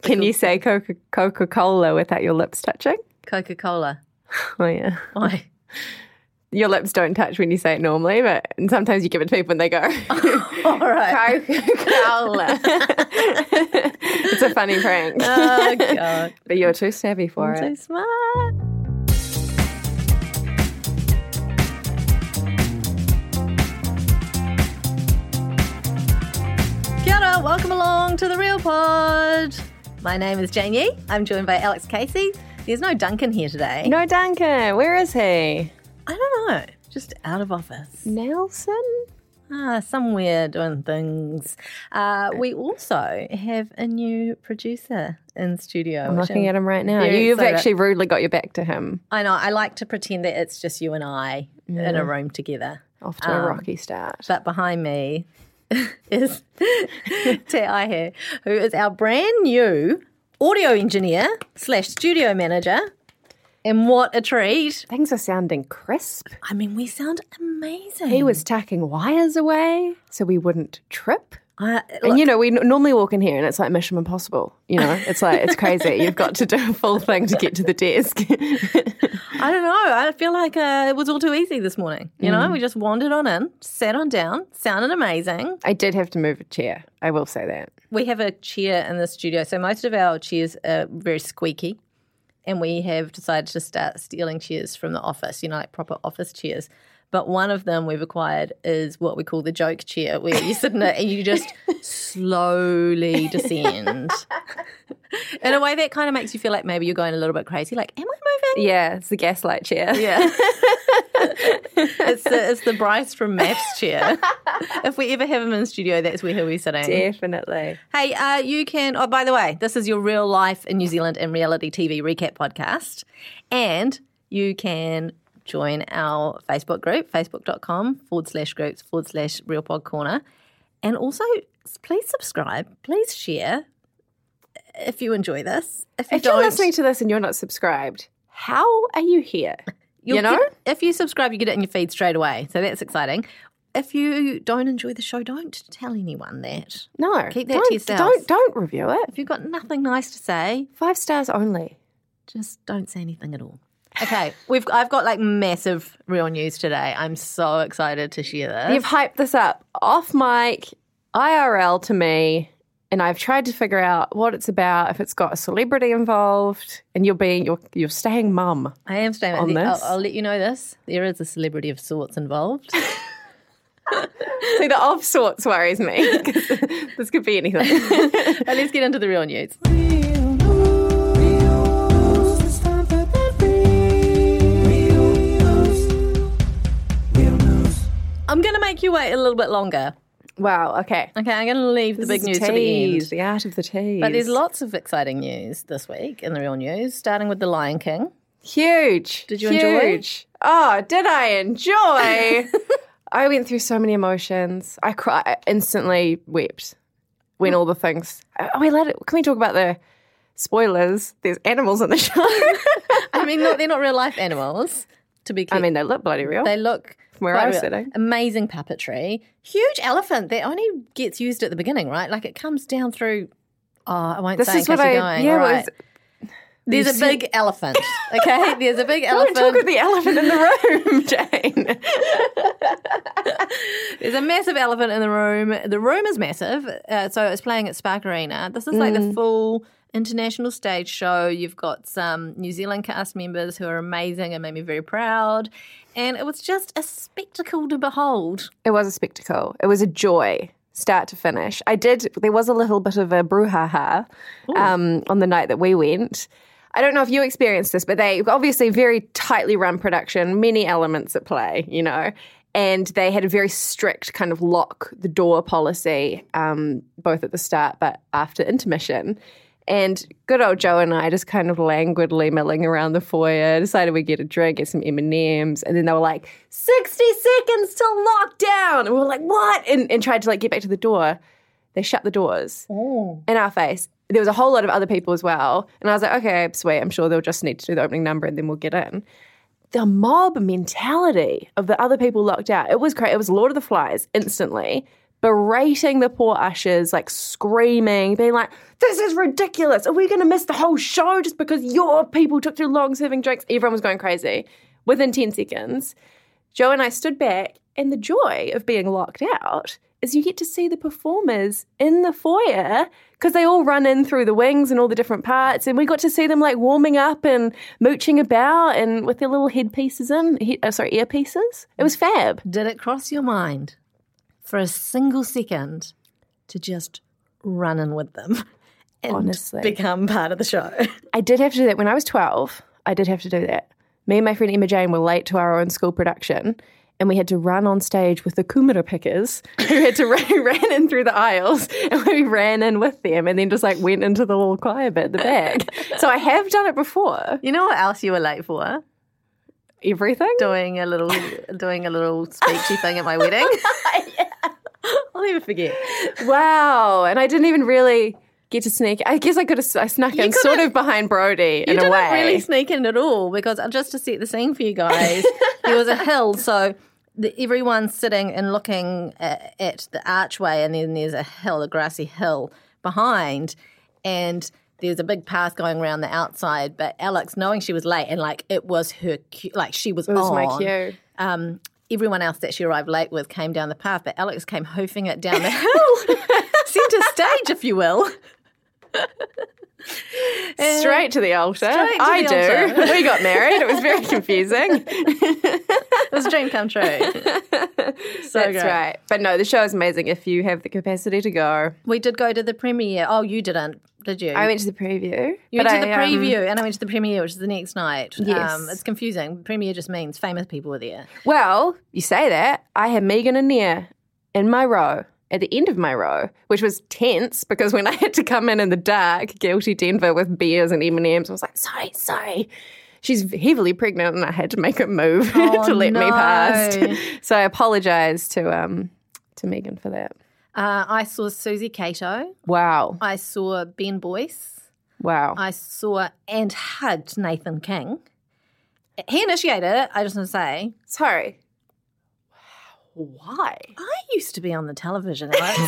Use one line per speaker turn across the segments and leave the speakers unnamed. Can you say Coca Cola without your lips touching?
Coca Cola.
Oh, yeah.
Why?
Your lips don't touch when you say it normally, but and sometimes you give it to people and they go,
All right.
Coca Cola. it's a funny prank.
Oh, God.
Uh, But you're too savvy for
I'm
it.
so smart. Kia ora, welcome along to the Real Pod. My name is Jane Yee. I'm joined by Alex Casey. There's no Duncan here today.
No, Duncan, where is he?
I don't know. Just out of office.
Nelson?
Ah, somewhere doing things. Uh, we also have a new producer in studio.
I'm
which
looking at him right now.
very
You've
excited.
actually rudely got your back to him
I know. I like to pretend that it's just you and I in a room together.
off to a rocky start.
But behind me is Te Aihe, who is our brand new audio engineer slash studio manager. And what a treat.
Things are sounding crisp.
I mean, we sound amazing.
He was tucking wires away so we wouldn't trip.
I,
And you know, we n- normally walk in here and it's like Mission Impossible. You know, it's like, it's crazy. You've got to do a full thing to get to the desk.
I don't know. I feel like uh, it was all too easy this morning. You know, we just wandered on in, sat on down, sounded amazing.
I did have to move a chair. I will say that.
We have a chair in the studio, so most of our chairs are very squeaky, and we have decided to start stealing chairs from the office. You know, like proper office chairs. But one of them we've acquired is what we call the joke chair, where you sit in it and you just slowly descend. in a way that kind of makes you feel like maybe you're going a little bit crazy. Like, am I moving?
Yeah, it's the gaslight chair.
Yeah. it's, the, it's the Bryce from Maths chair. if we ever have him in studio, that's where he'll be sitting.
Definitely.
Hey, uh, you can, oh, by the way, this is your real life in New Zealand and reality TV recap podcast. And you can join our Facebook group, facebook.com forward slash groups forward slash real pod corner. And also, s- please subscribe, please share if you enjoy this. If you
If
don't,
you're listening to this and you're not subscribed, how are you here?
You'll
you know?
get- if you subscribe, you get it in your feed straight away. So that's exciting. If you don't enjoy the show, don't tell anyone that.
No.
Keep that to
don't,
yourself.
Don't, don't review it.
If you've got nothing nice to say,
Five stars only.
just don't say anything at all. Okay, we've I've got like massive real news today. I'm so excited to share this.
You've hyped this up off mic, IRL to me, and I've tried to figure out what it's about, if it's got a celebrity involved, and you're being you're you're staying mum.
I am staying
on
the- I'll-
this?
I'll, let you know this. There is a celebrity of sorts involved.
See, the off sorts worries me. 'cause this could be anything.
but let's get into the real news. I'm going to make you wait a little bit longer.
wow. Okay.
Okay, I'm going to leave the big
This
news
is
to the end.
tease, the art of the tease.
But there's lots of exciting news this week in the real news, starting with The Lion King.
Huge.
Did you enjoy?
Huge. Oh, did I enjoy? I went through so many emotions. I cried I instantly wept when all the things. Oh, we let it. Can we talk about the spoilers? There's animals in the show.
I mean, not, they're not real life animals, to be clear.
I mean, they look bloody real.
they look
where
quite
I was
real.
sitting.
Amazing puppetry. Huge elephant that only gets used at the beginning, right? Like it comes down through. Oh, I won't
This
say
is
in
what
case you're
I-
going.
yeah,
All
what
right.
is-
There's a big elephant. Okay, there's a big
Don't talk of
elephant.
the elephant in the room, Jane.
There's a massive elephant in the room. The room is massive, uh, so it's playing at Spark Arena. This is like
Mm.
the full international stage show. You've got some New Zealand cast members who are amazing and made me very proud, and it was just a spectacle to behold.
It was a spectacle. It was a joy, start to finish. I did. There was a little bit of a brouhaha um, on the night that we went. I don't know if you experienced this, but they obviously very tightly run production, many elements at play, you know, and they had a very strict kind of lock the door policy, um, both at the start but after intermission. And good old Joe and I just kind of languidly milling around the foyer, decided we'd get a drink, get some M&Ms. And then they were like, 60 seconds till lockdown. And we were like, what? And, and tried to like get back to the door. They shut the doors in our face. There was a whole lot of other people as well. And I was like, okay, sweet. I'm sure they'll just need to do the opening number and then we'll get in. The mob mentality of the other people locked out, it was great. It was Lord of the Flies instantly, berating the poor ushers, like screaming, being like, this is ridiculous. Are we going to miss the whole show just because your people took too long serving drinks? Everyone was going crazy within 10 seconds. Joe and I stood back, and the joy of being locked out is you get to see the performers in the foyer because they all run in through the wings and all the different parts, and we got to see them like warming up and mooching about and with their little headpieces in, he, oh, sorry, earpieces. It was fab.
Did it cross your mind for a single second to just run in with them and
Honestly.
become part of the show?
I did have to do that when I was 12. I did have to do that. Me and my friend Emma Jane were late to our own school production, and we had to run on stage with the Kumara pickers who had to run, ran in through the aisles, and we ran in with them, and then just like went into the little choir bit at the back. so I have done it before.
You know what else you were late for?
Everything.
Doing a little, doing a little speechy thing at my wedding. I'll never forget.
Wow. And I didn't even really get to sneak. I guess I could have I snuck in sort of behind Brody in
you
a
didn't
way.
really sneak in at all because uh, just to set the scene for you guys, there was a hill, so the, everyone's sitting and looking at, at the archway, and then there's a hill, a grassy hill behind, and there's a big path going around the outside. But Alex, knowing she was late and like it was her, cue, like she was,
it was
on.
my cue.
Um, everyone else that she arrived late with came down the path, but Alex came hoofing it down the hill, centre stage, if you will.
Straight to the altar.
Straight to
I
the
do.
altar.
we got married. It was very confusing.
It was a dream come true. so
That's
great.
right. But no, the show is amazing if you have the capacity to go.
We did go to the premiere. Oh, you didn't, did you?
I went to the preview.
you
but
went to
I,
the
um,
preview, and I went to the premiere, which is the next night. Um,
Yes.
it's confusing. Premiere just means famous people were there.
well, you say that. I had Megan and Nia in my row at the end of my row, which was tense because when I had to come in in the dark, guilty Denver with beers and M&Ms, I was like, sorry, sorry. She's heavily pregnant and I had to make a move to let me
Oh, no.
past. so I apologize to um to Megan for that.
Uh, I saw Susie Cato.
Wow.
I saw Ben Boyce.
Wow.
I saw and hugged Nathan King. He initiated it. I just want to say,
sorry. Why?
I used to be on the television. Alex.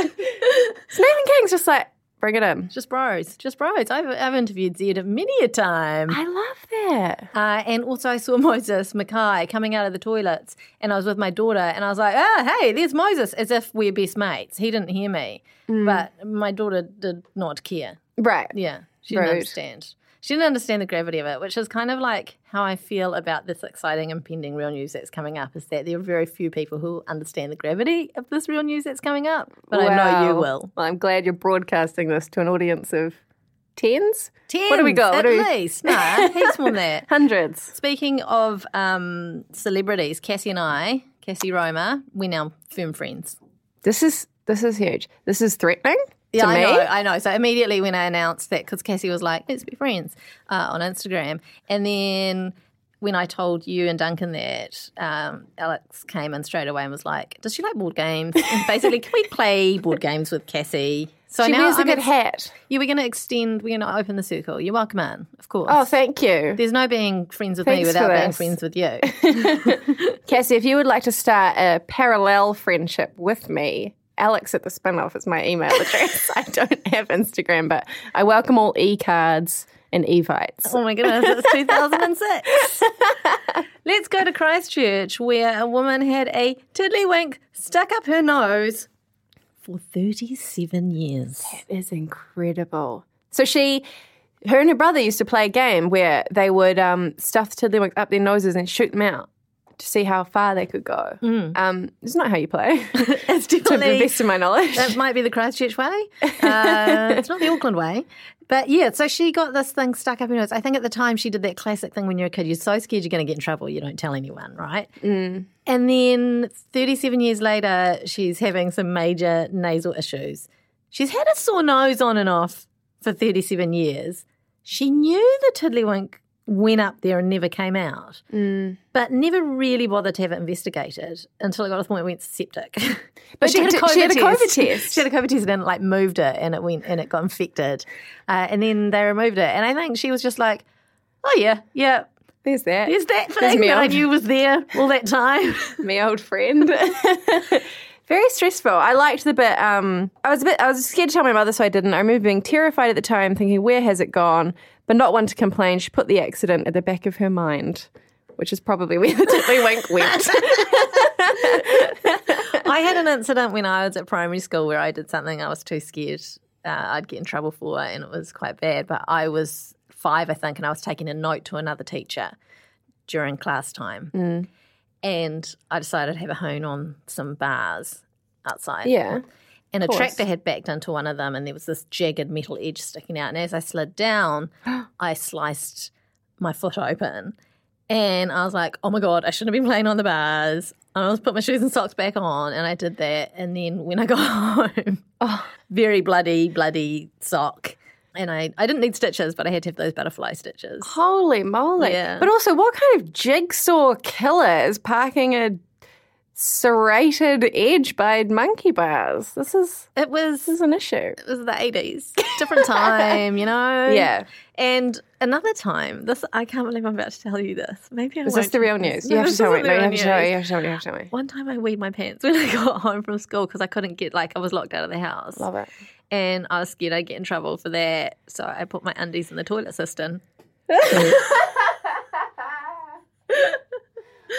Nathan King's just like, bring it in.
just bros, just bros. I've, I've interviewed Zed many a time.
I love that.
Uh, and also, I saw Moses Mackay coming out of the toilets, and I was with my daughter, and I was like, "Ah, hey, there's Moses," as if we're best mates. He didn't hear me,
Mm.
but my daughter did not care.
Right.
Yeah, she didn't
Rude.
understand. She didn't understand the gravity of it, which is kind of like how I feel about this exciting impending real news that's coming up. Is that there are very few people who understand the gravity of this real news that's coming up, but I know you
Wow.
will.
Well, I'm glad you're broadcasting this to an audience of tens,
Tens,
do we got? What
At
do we-
least, no, heaps more than that.
hundreds.
Speaking of um, celebrities, Cassie and I, Cassie Roma, we're now firm friends.
This is this is huge. This is threatening
Yeah,
to
I
me.
know, I know. So immediately when I announced that, because Cassie was like, "Let's be friends" uh, on Instagram, and then when I told you and Duncan that, um, Alex came in straight away and was like, "Does she like board games?" And basically, can we play board games with Cassie? So
She
now
wears a
I'm
good
ex-
hat.
Yeah, we're going to extend. We're going to open the circle. You're welcome in, of course.
Oh, thank you,
There's no being friends with me
Thanks for
without being
this.
friends with you.
Cassie. If you would like to start a parallel friendship with me. Alex at the spinoff is my email address. I don't have Instagram, but I welcome all e cards and Evites.
Oh my goodness, it's 2006. Let's go to Christchurch, where a woman had a tiddlywink stuck up her nose for 37 years.
It is incredible. So she, her and her brother used to play a game where they would um, stuff tiddlywinks up their noses and shoot them out to see how far they could go. Um, it's not how you play, to
Mm. It's
the
definitely
best of my knowledge.
That might be the Christchurch way. Uh, it's not the Auckland way. But yeah, so she got this thing stuck up her nose. I think at the time she did that classic thing when you're a kid, you're so scared you're going to get in trouble, you don't tell anyone, right? And then 37 years later, uh, she's having some major nasal issues. She's had a sore nose on and off for 37 years. She knew the tiddlywink went up there and never came out, but never really bothered to have it investigated until it got to the point where it went septic.
But she had a- she had a COVID test.
she had a COVID test and it, like moved it and it went and it got infected. Uh, and then they removed it. And I think she was just like, oh, yeah, yeah,
There's that.
there's that
There's
thing
me
that I
on.
knew was there all that time.
me old friend. Very stressful. I liked the bit. Um, I was a bit. I was scared to tell my mother, so I didn't. I remember being terrified at the time, thinking, "Where has it gone?" But not one to complain. She put the accident at the back of her mind, which is probably where the tiddlywink went.
I had an incident when I was at primary school where I did something I was too scared uh, I'd get in trouble for, and it was quite bad. But I was five, I think, and I was taking a note to another teacher during class time.
Mm.
And I decided to have a hone on some bars outside.
yeah.
And a
course.
tractor had backed into one of them, and there was this jagged metal edge sticking out. And as I slid down, I sliced my foot open. And I was like, oh my God, I shouldn't have been playing on the bars. And I was put my shoes and socks back on, and I did that. And then when I got home,
Oh.
very bloody, bloody sock. And I, I didn't need stitches, but I had to have those butterfly stitches.
Holy moly!
Yeah.
But also, what kind of jigsaw killer is parking a serrated edge by monkey bars? This is
It was
this is an issue.
it was the 80s. Different time, you know?
Yeah.
And another time, this I can't believe I'm about to tell you this. Maybe I
Is this
won't.
the real news? You
No,
have to
this
tell me.
isn't
No,
the
you
real
have to tell me.
news.
You have to tell me. You have to tell me.
One time I weed my pants when I got home from school because I couldn't get, like, I was locked out of the house.
Love it.
And I was scared I'd get in trouble for that. So I put my undies in the toilet cistern.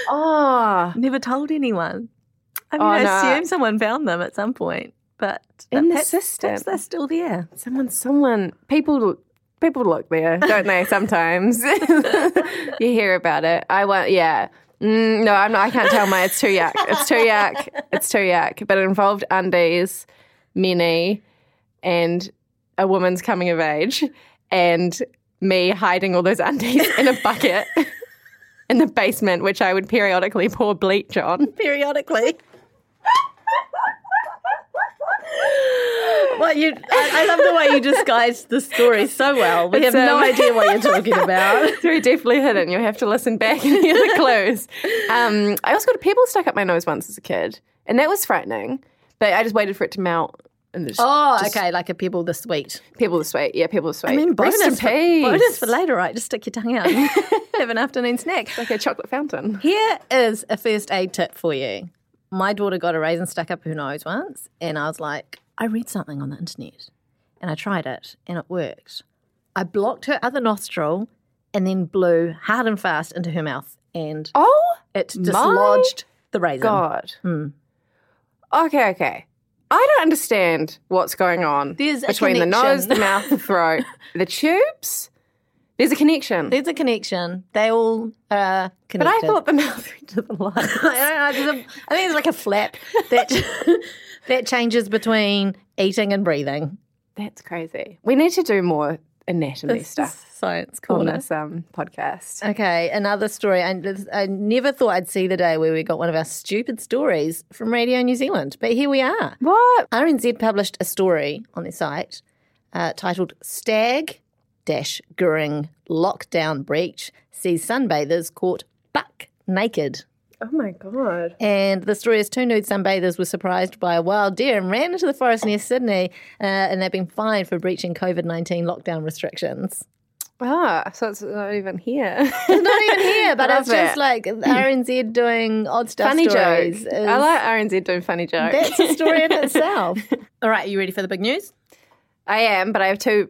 Oh,
Never told anyone. I mean,
Oh,
I
no.
assume someone found them at some point, but
In the
perhaps-
cistern.
perhaps they're still there.
someone, someone, people, people look there, don't they? Sometimes you hear about it. I want, yeah. Mm, no, I'm not. I can't tell my. It's too yak. It's too yak. It's too yak. But it involved undies, mini, and a woman's coming of age, and me hiding all those undies in a bucket in the basement, which I would periodically pour bleach on.
periodically. Well, you, I, I love the way you disguised the story so well. We
It's,
have no
um,
idea what you're talking about.
It's very deeply hidden. You'll have to listen back and hear the clues. Um, I also got a pebble stuck up my nose once as a kid, and that was frightening. But I just waited for it to melt. And just,
Oh, okay, like a pebble the sweet.
Pebble the sweet. Yeah, pebble the sweet.
I mean, bonus,
Rest in
for,
peace.
bonus for later, right? Just stick your tongue out and have an afternoon snack.
Like a chocolate fountain.
Here is a first aid tip for you. My daughter got a raisin stuck up her nose once, and I was like, I read something on the internet, and I tried it, and it worked. I blocked her other nostril and then blew hard and fast into her mouth, and
Oh,
it dislodged Hmm. the raisin.
God. Okay, okay. I don't understand what's going on
There's a
between the nose,
connection.
the mouth, the throat, the tubes. There's a connection.
There's a connection. They all are connected.
but I thought the mouth went to the lungs.
I don't know, there's a- I think it's like a flap that that changes between eating and breathing.
That's crazy. We need to do more anatomy
This is
stuff.
Science
on
corner.
this um, podcast.
Okay, another story. I, this- I never thought I'd see the day where we got one of our stupid stories from Radio New Zealand, but here we are.
What?
RNZ published a story on their site uh, titled Stag Dash Guring Lockdown Breach Sees Sunbathers Caught Buck Naked.
Oh my god!
And the story is two nude sunbathers were surprised by a wild deer and ran into the forest near Sydney, uh, and they've been fined for breaching COVID 19 lockdown restrictions.
Ah, so it's not even here.
not even here, but
I love
it's just
it.
like RNZ doing odd stuff
funny
stories.
joke.
is-
I like RNZ doing funny jokes.
that's a story in itself. All right, you ready for the big news?
I am, but I have two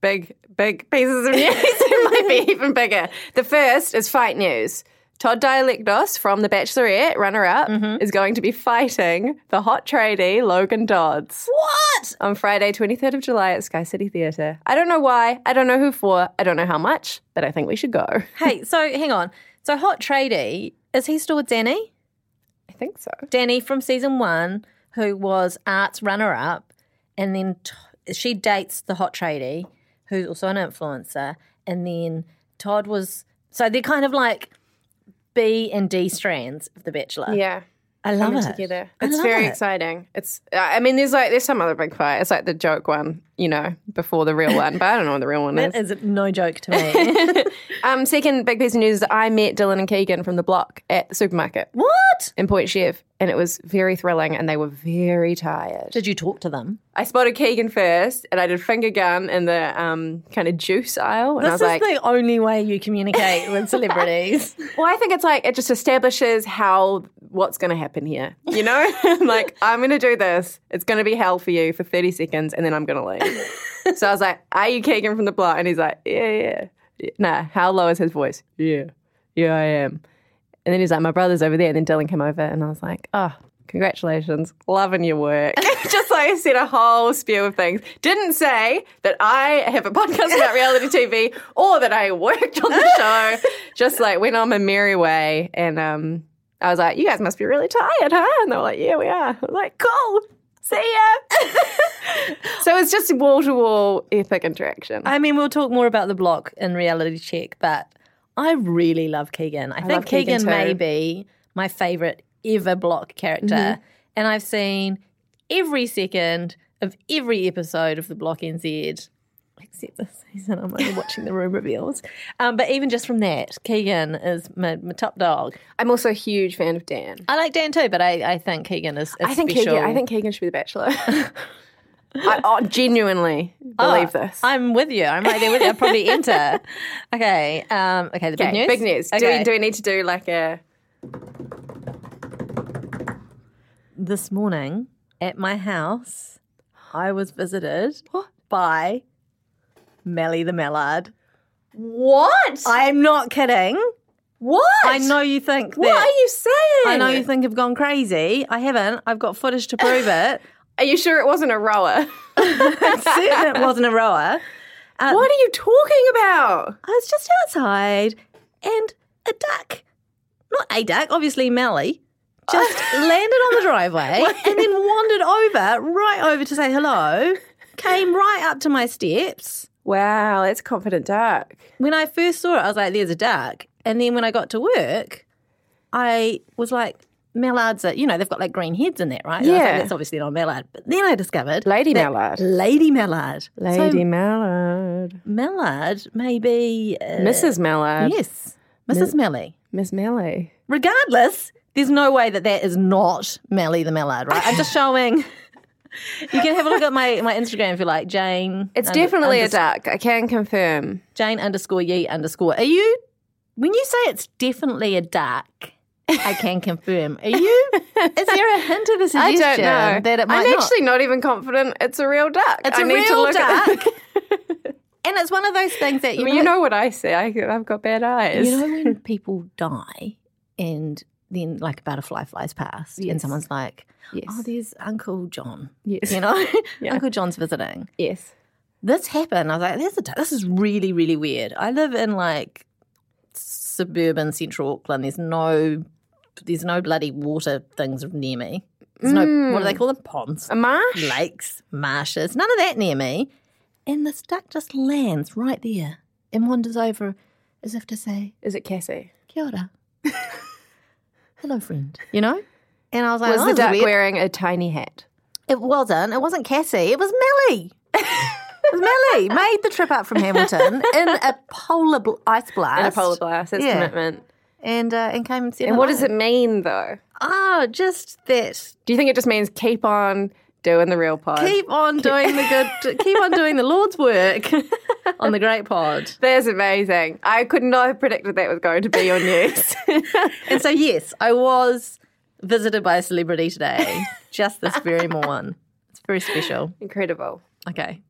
big, big pieces of news. it might be even bigger. The first is fight news. Todd Dialectos from The Bachelorette, runner up,
Mm-hmm.
is going to be fighting the hot tradie Logan Dodds
What?
on Friday, 23rd of July at Sky City Theatre. I don't know why, I don't know who for, I don't know how much, but I think we should go.
Hey, so hang on. So Hot Tradie, is he still with Danny?
I think so.
Danny from season one, who was Art's runner up, and then t- she dates the Hot Tradie, who's also an influencer, and then Todd was. So they're kind of like B and D strands of The Bachelor.
Yeah.
I love
coming
it.
together.
I
It's
love
very
it.
exciting. It's I mean, there's like there's some other big fight. It's like the joke one, you know, before the real one, but I don't know what the real one
That
is.
is no joke to me.
Um, second big piece of news: is that I met Dylan and Keegan from the block at the supermarket
what?
in Point Chef, and it was very thrilling, and they were very tired.
Did you talk to them?
I spotted Keegan first, and I did finger gun in the um kind of juice aisle, and I
This
was
is
like,
the only way you communicate with celebrities.
Well, I think it's like it just establishes how what's going to happen here. You know, like I'm going to do this. It's going to be hell for you for 30 seconds, and then I'm going to leave. so I was like, "Are you Keegan from the block?" And he's like, "Yeah, yeah, yeah." Nah, how low is his voice? Yeah, yeah, I am. And then he's like, "My brother's over there." And then Dylan came over, and I was like, "Oh." Congratulations, loving your work. Just like I said, a whole spew of things. Didn't say that I have a podcast about reality TV or that I worked on the show. Just like went on my merry way. And um, I was like, you guys must be really tired, huh? And they were like, yeah, we are. I was like, cool. See ya. so it's just wall to wall epic interaction.
I mean, we'll talk more about the block in reality check, but I really love Keegan. I, think
love Keegan
Keegan,
too.
may be my favorite ever block character,
Mm-hmm.
and I've seen every second of every episode of the Block NZ. Except this season, I'm only watching the room reveals. Um, but even just from that, Keegan is my, my top dog.
I'm also a huge fan of Dan.
I like Dan too, but I, I think Keegan is, is
I think
special.
Keegan, I think Keegan should be the bachelor. I, I genuinely believe
Oh,
this.
I'm with you. I'm right there with you. I'll probably enter. Okay. Um, okay. The big
Okay,
news.
Big news. Do,
Okay.
we, do we need to do like a
this morning at my house, I was visited by Melly the Mallard.
what?
I'm not kidding.
what?
I know you think that.
What are you saying?
I know you think I've gone crazy. I haven't. I've got footage to prove it.
Are you sure it wasn't a rower?
Certain it wasn't a rower. Uh,
what are you talking about?
I was just outside and a duck, not a duck, obviously Melly, just landed on the driveway and then wandered over, right over to say hello, came right up to my steps.
Wow, that's confident duck.
When I first saw it, I was like, there's a duck. And then when I got to work, I was like, mallards are, you know, they've got like green heads in that, right? And I was like,
Yeah.
That's obviously not a mallard. But then I discovered
Lady
that-
mallard.
Lady mallard.
Lady
So
Mallard.
mallard may be. Uh,
Mrs. Mallard.
Yes. Mrs. Melly.
Miss Melly.
regardless, there's no way that that is not Melly the Mallard, right? I'm just showing. you can have a look at my, my Instagram if you like, Jane.
It's
under-
definitely
unders-
a duck. I can confirm.
Jane underscore ye underscore. Are you, when you say it's definitely a duck, I can confirm. Are you, is there a hint of the
I
suggestion
don't know.
that it might
I'm
not?
actually not even confident it's a real duck.
It's
I
a
need
real
to look at-
duck. and it's one of those things that,
I
you
mean,
know,
you know what I see. I, I've got bad eyes.
You know when people die and then like a butterfly flies past and
Yes.
someone's like,
Yes.
oh, there's Uncle John.
Yes.
You know,
Yeah.
Uncle John's visiting.
yes.
This happened. I was like, there's a, du- this is really, really weird. I live in like suburban central Auckland. There's no, there's no bloody water things near me. There's no, what do they call them? Ponds
Mm. A marsh?
lakes, marshes, none of that near me. And this duck just lands right there and wanders over as if to say,
Is it Cassie?
Kia ora. Hello, friend. You know? And I was like,
Was
oh,
the
this is
duck
weird.
wearing a tiny hat?
It wasn't. It wasn't Cassie. It was Melly. it was Melly. Made the trip up from Hamilton in a polar bl- ice blast.
And a polar blast. That's
Yeah.
commitment.
And, uh, and came and said
And what
hello.
does it mean, though?
Oh, just that.
Do you think it just means keep on doing the real pod?
Keep on doing the good, keep on doing the Lord's work on the Great Pod.
That's amazing. I could not have predicted that was going to be your news.
And so, yes, I was visited by a celebrity today, just this very morn. It's very special.
Incredible.
Okay.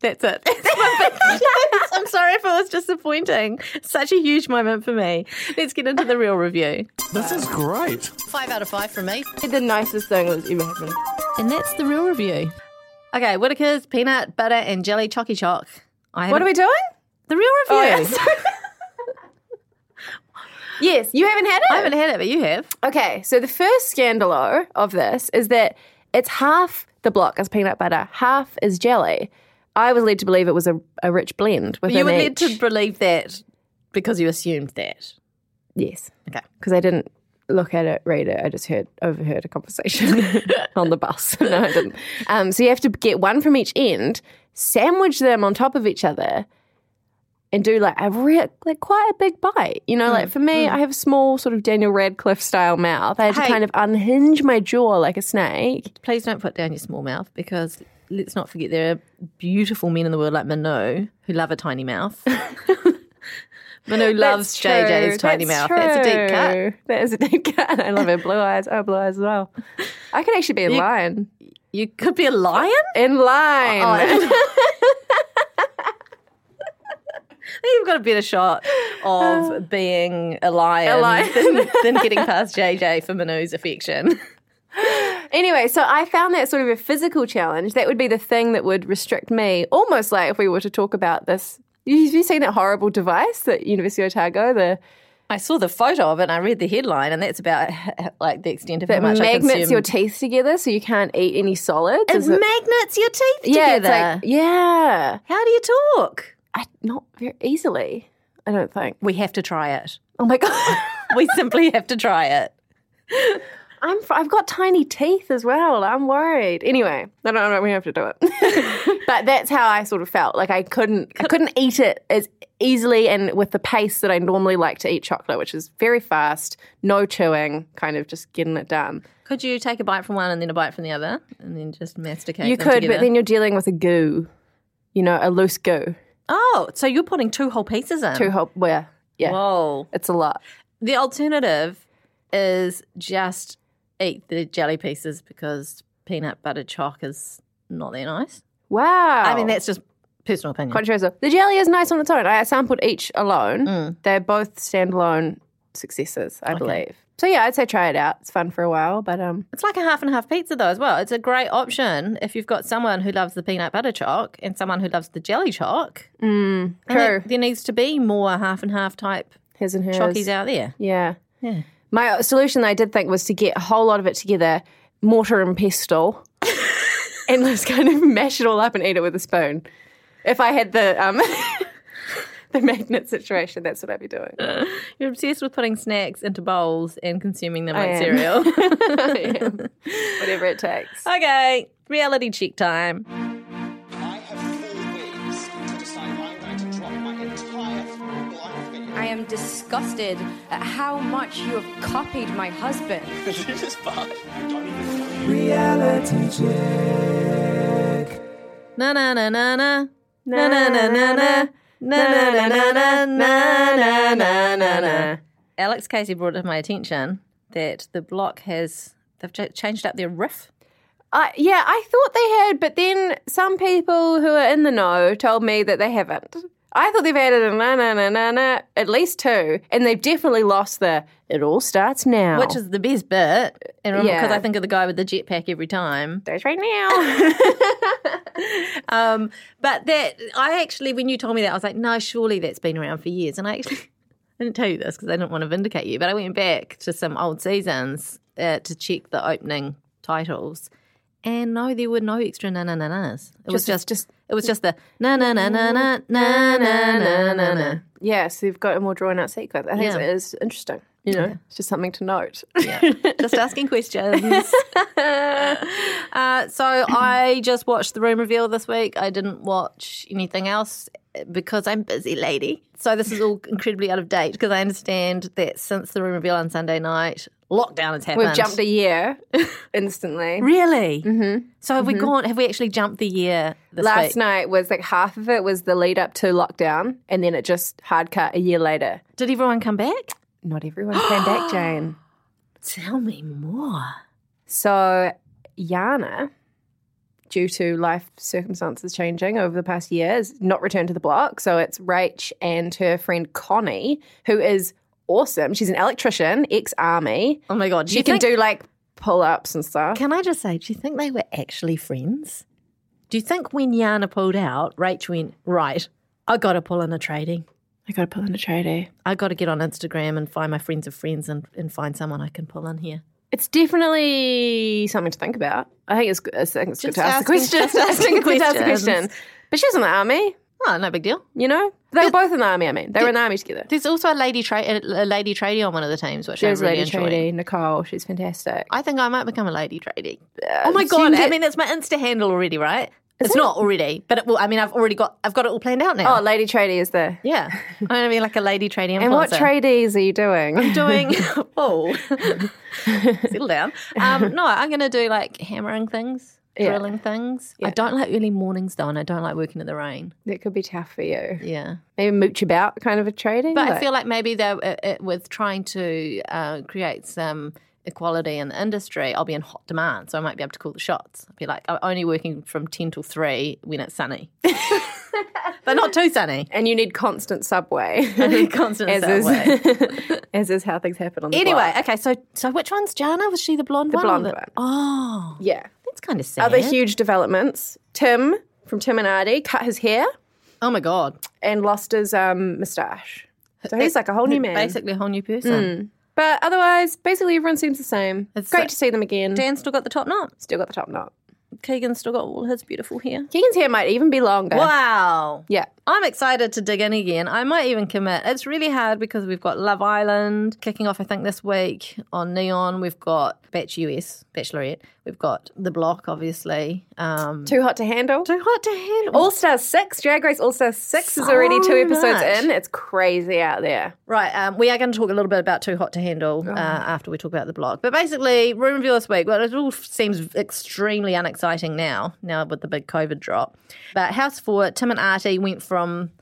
That's it. I'm sorry if it was disappointing. Such a huge moment for me. Let's get into the real review.
This is great.
Five out of five for me.
The nicest thing that's ever happened.
And that's the real review. Okay, Whitaker's peanut butter and jelly chocky choc. I
What are we doing?
the real review?
yes, you haven't had it.
I haven't had it, but you have.
Okay, so the first scandalo of this is that it's half the block is peanut butter, half is jelly. I was led to believe it was a, a rich blend within
you were led
each.
to believe that because you assumed that.
yes,
Okay.
because I didn't look at it, read it. I just heard overheard a conversation on the bus. no, I didn't. Um, so you have to get one from each end, sandwich them on top of each other, and do like a real, like quite a big bite. You know,
Mm,
like for me, I have a small sort of Daniel Radcliffe style mouth. I had
Hey.
to kind of unhinge my jaw like a snake.
Please don't put down your small mouth because let's not forget there are beautiful men in the world like Manu who love a tiny mouth. Manu loves JJ's tiny mouth. That's a deep cut.
That is a deep cut. I love her blue eyes. Oh, blue eyes as well. I could actually be in
You-
line.
You could be a lion.
In line.
Oh, You've got a better shot of being Uh, a lion,
A lion.
Than, than getting past JJ for Manu's affection.
Anyway, so I found that sort of a physical challenge. That would be the thing that would restrict me, almost like if we were to talk about this. you- Have you seen that horrible device that University of Otago, the
I saw the photo of it and I read the headline, and that's about h- h- like the extent of
that
how much I
magnets
consume.
your teeth together so you can't eat any solids?
It
Is it-
magnets your teeth
yeah, it's
together.
like, yeah,
How do you talk?
I, not very easily. I don't think.
We have to try it.
Oh my god,
We simply have to try it.
I'm f- I've got tiny teeth as well. I'm worried. Anyway, I don't know. We have to do it. but that's how I sort of felt. Like I couldn't I couldn't eat it as easily and with the pace that I normally like to eat chocolate, which is very fast, no chewing, kind of just getting it done.
Could you take a bite from one and then a bite from the other, and then just masticate?
you
them
could,
together?
but then you're dealing with a goo. You know, a loose goo.
oh, so you're putting two whole pieces in?
Two whole where yeah.
Whoa.
It's a lot.
The alternative is just eat the jelly pieces because peanut butter choc is not that nice.
Wow.
I
Oh.
mean, that's just personal opinion.
controversial. The jelly is nice on its own. I sampled each alone.
Mm.
They're both standalone successes, I believe. So yeah, I'd say try it out. It's fun for a while, but um,
It's like a half and half pizza though as well. It's a great option if you've got someone who loves the peanut butter chalk and someone who loves the jelly chalk. And
Mm,
there-
true.
there needs to be more half and half type
his and hers.
chalkies out there.
Yeah.
eh? Yeah.
My solution I did think was to get a whole lot of it together, mortar and pestle, and just kind of mash it all up and eat it with a spoon. If I had the um, the magnet situation, that's what I'd be doing.
You're obsessed with putting snacks into bowls and consuming them
I
like
am.
cereal.
Yeah. Whatever it takes.
okay, reality check time.
I have four ways to decide I'm going to drop my entire life in.
I am disgusted at how much you have copied my husband.
This is bad. I don't even know you.
Na na na na na na na na na na na na na na na na na na na na. Alex Casey brought to my attention that the block has they've ch- changed up their riff.
Uh, yeah, I thought they had, but then some people who are in the know told me that they haven't. I thought they've added a na na na na na at least two, and they've definitely lost the "it all starts now,"
which is the best bit. And because
Oh. Yeah.
I think of the guy with the jetpack every time.
starts right now.
Um, but that I actually, when you told me that, I was like, no, surely that's been around for years. And I actually I didn't tell you this because I didn't want to vindicate you, but I went back to some old seasons uh, to check the opening titles. And no, there were no extra na na na nas. It was just,
Just-
just it was just the na na na na na na na na na na.
yeah, so they've got a more drawn out sequence. I think
Yeah.
it is interesting. You know, it's just something to note.
Just asking questions. uh, so I just watched the room reveal this week. I didn't watch anything else eh, because I'm busy, lady. So this is all incredibly out of date because I understand that since the room reveal on Sunday night, lockdown has happened.
We've jumped a year instantly.
Really? Mm-hmm. So have we gone? Have we actually jumped the year this
Last
week?
night was like half of it was the lead up to lockdown, and then it just hard cut a year later.
Did everyone come back?
Not everyone came back, Jane.
Tell me more.
So Yana, due to life circumstances changing over the past year, has not returned to the block. So it's Rach and her friend Connie, who is awesome. She's an electrician, ex army.
Oh my god,
She can
think-
do like pull ups and stuff.
Can I just say, do you think they were actually friends? Do you think when Yana pulled out, Rach went right? I got to pull in a trading.
I got to pull in a tradie.
I got to get on Instagram and find my friends of friends and, and find someone I can pull in here.
It's definitely something to think about. I think it's good, I think it's good
Just
to ask the
asking-
question.
just
I
asking
think it's good to ask the question.
questions.
But she was in the army,
Oh, no big deal.
you know? They were both in the army, I mean. They were in the army together.
There's also a lady tra- a lady tradie on one of the teams, which
There's
I really
Lady
enjoy.
Tradie, Nicole. She's fantastic.
I think I might become a lady tradie. oh my god!
send
I
it-
mean, it's my Insta handle already, right? it's not already, but it will. I mean, I've already got. I've got it all planned out now.
Oh, Lady Tradie is there.
yeah, I'm gonna be like a lady tradie.
And what
influencer.
tradies are you doing?
doing oh settle down um no i'm gonna do like hammering things
Yeah.
drilling things i don't like early mornings though and i don't like working in the rain
That could be tough for you.
yeah
Maybe mooch about kind of a tradie.
but i feel like maybe though uh, uh, with trying to uh, create some equality in the industry i'll be in hot demand so i might be able to call the shots i'll be like i'm only working from 10 till 3 when it's sunny but not too sunny
and you need constant subway.
constant
as,
that way.
is, as is how things happen on the
Anyway,
block.
okay, so so which one's Jana? Was she the blonde one? or
blonde
the-
one.
Oh,
Yeah.
that's kind of sad.
Other huge developments. Tim from Tim and Artie cut his hair.
Oh my god!
and lost his um, moustache. So he's like a whole new man. Mm.
Basically, a whole new person.
But otherwise, basically everyone seems the same.
It's
It's great
like-
to see them again.
Dan's still got the top knot.
Still got the top knot.
Keegan's still got all his beautiful hair.
Keegan's hair might even be longer.
Wow.
Yeah.
I'm excited to dig in again. I might even commit. It's really hard because we've got Love Island kicking off, I think, this week on Neon. We've got Batch US, Bachelorette. We've got The Block, obviously. Um,
Too hot to handle.
too hot to handle.
All Star 6, Drag Race All Star 6 is already
So
two episodes
much.
in. It's crazy out there.
Right, um, we are going to talk a little bit about Too Hot to Handle uh, after we talk about the blog. But basically, room review this week, well, it all seems extremely unexciting now, now with the big COVID drop. But House 4, Tim and Artie went from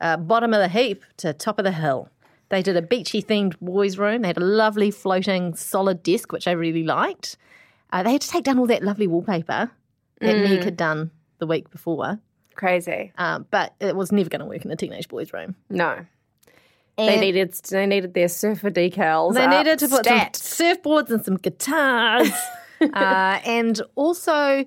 uh, bottom of the heap to top of the hill. They did a beachy themed boys' room. They had a lovely floating solid desk, which I really liked. Uh, they had to take down all that lovely wallpaper that Meg had done the week before.
Crazy.
Um, but it was never going to work in the teenage boys' room.
No. they needed they needed their surfer decals.
They
up.
needed to put
Stats.
some surfboards and some guitars. uh, and also,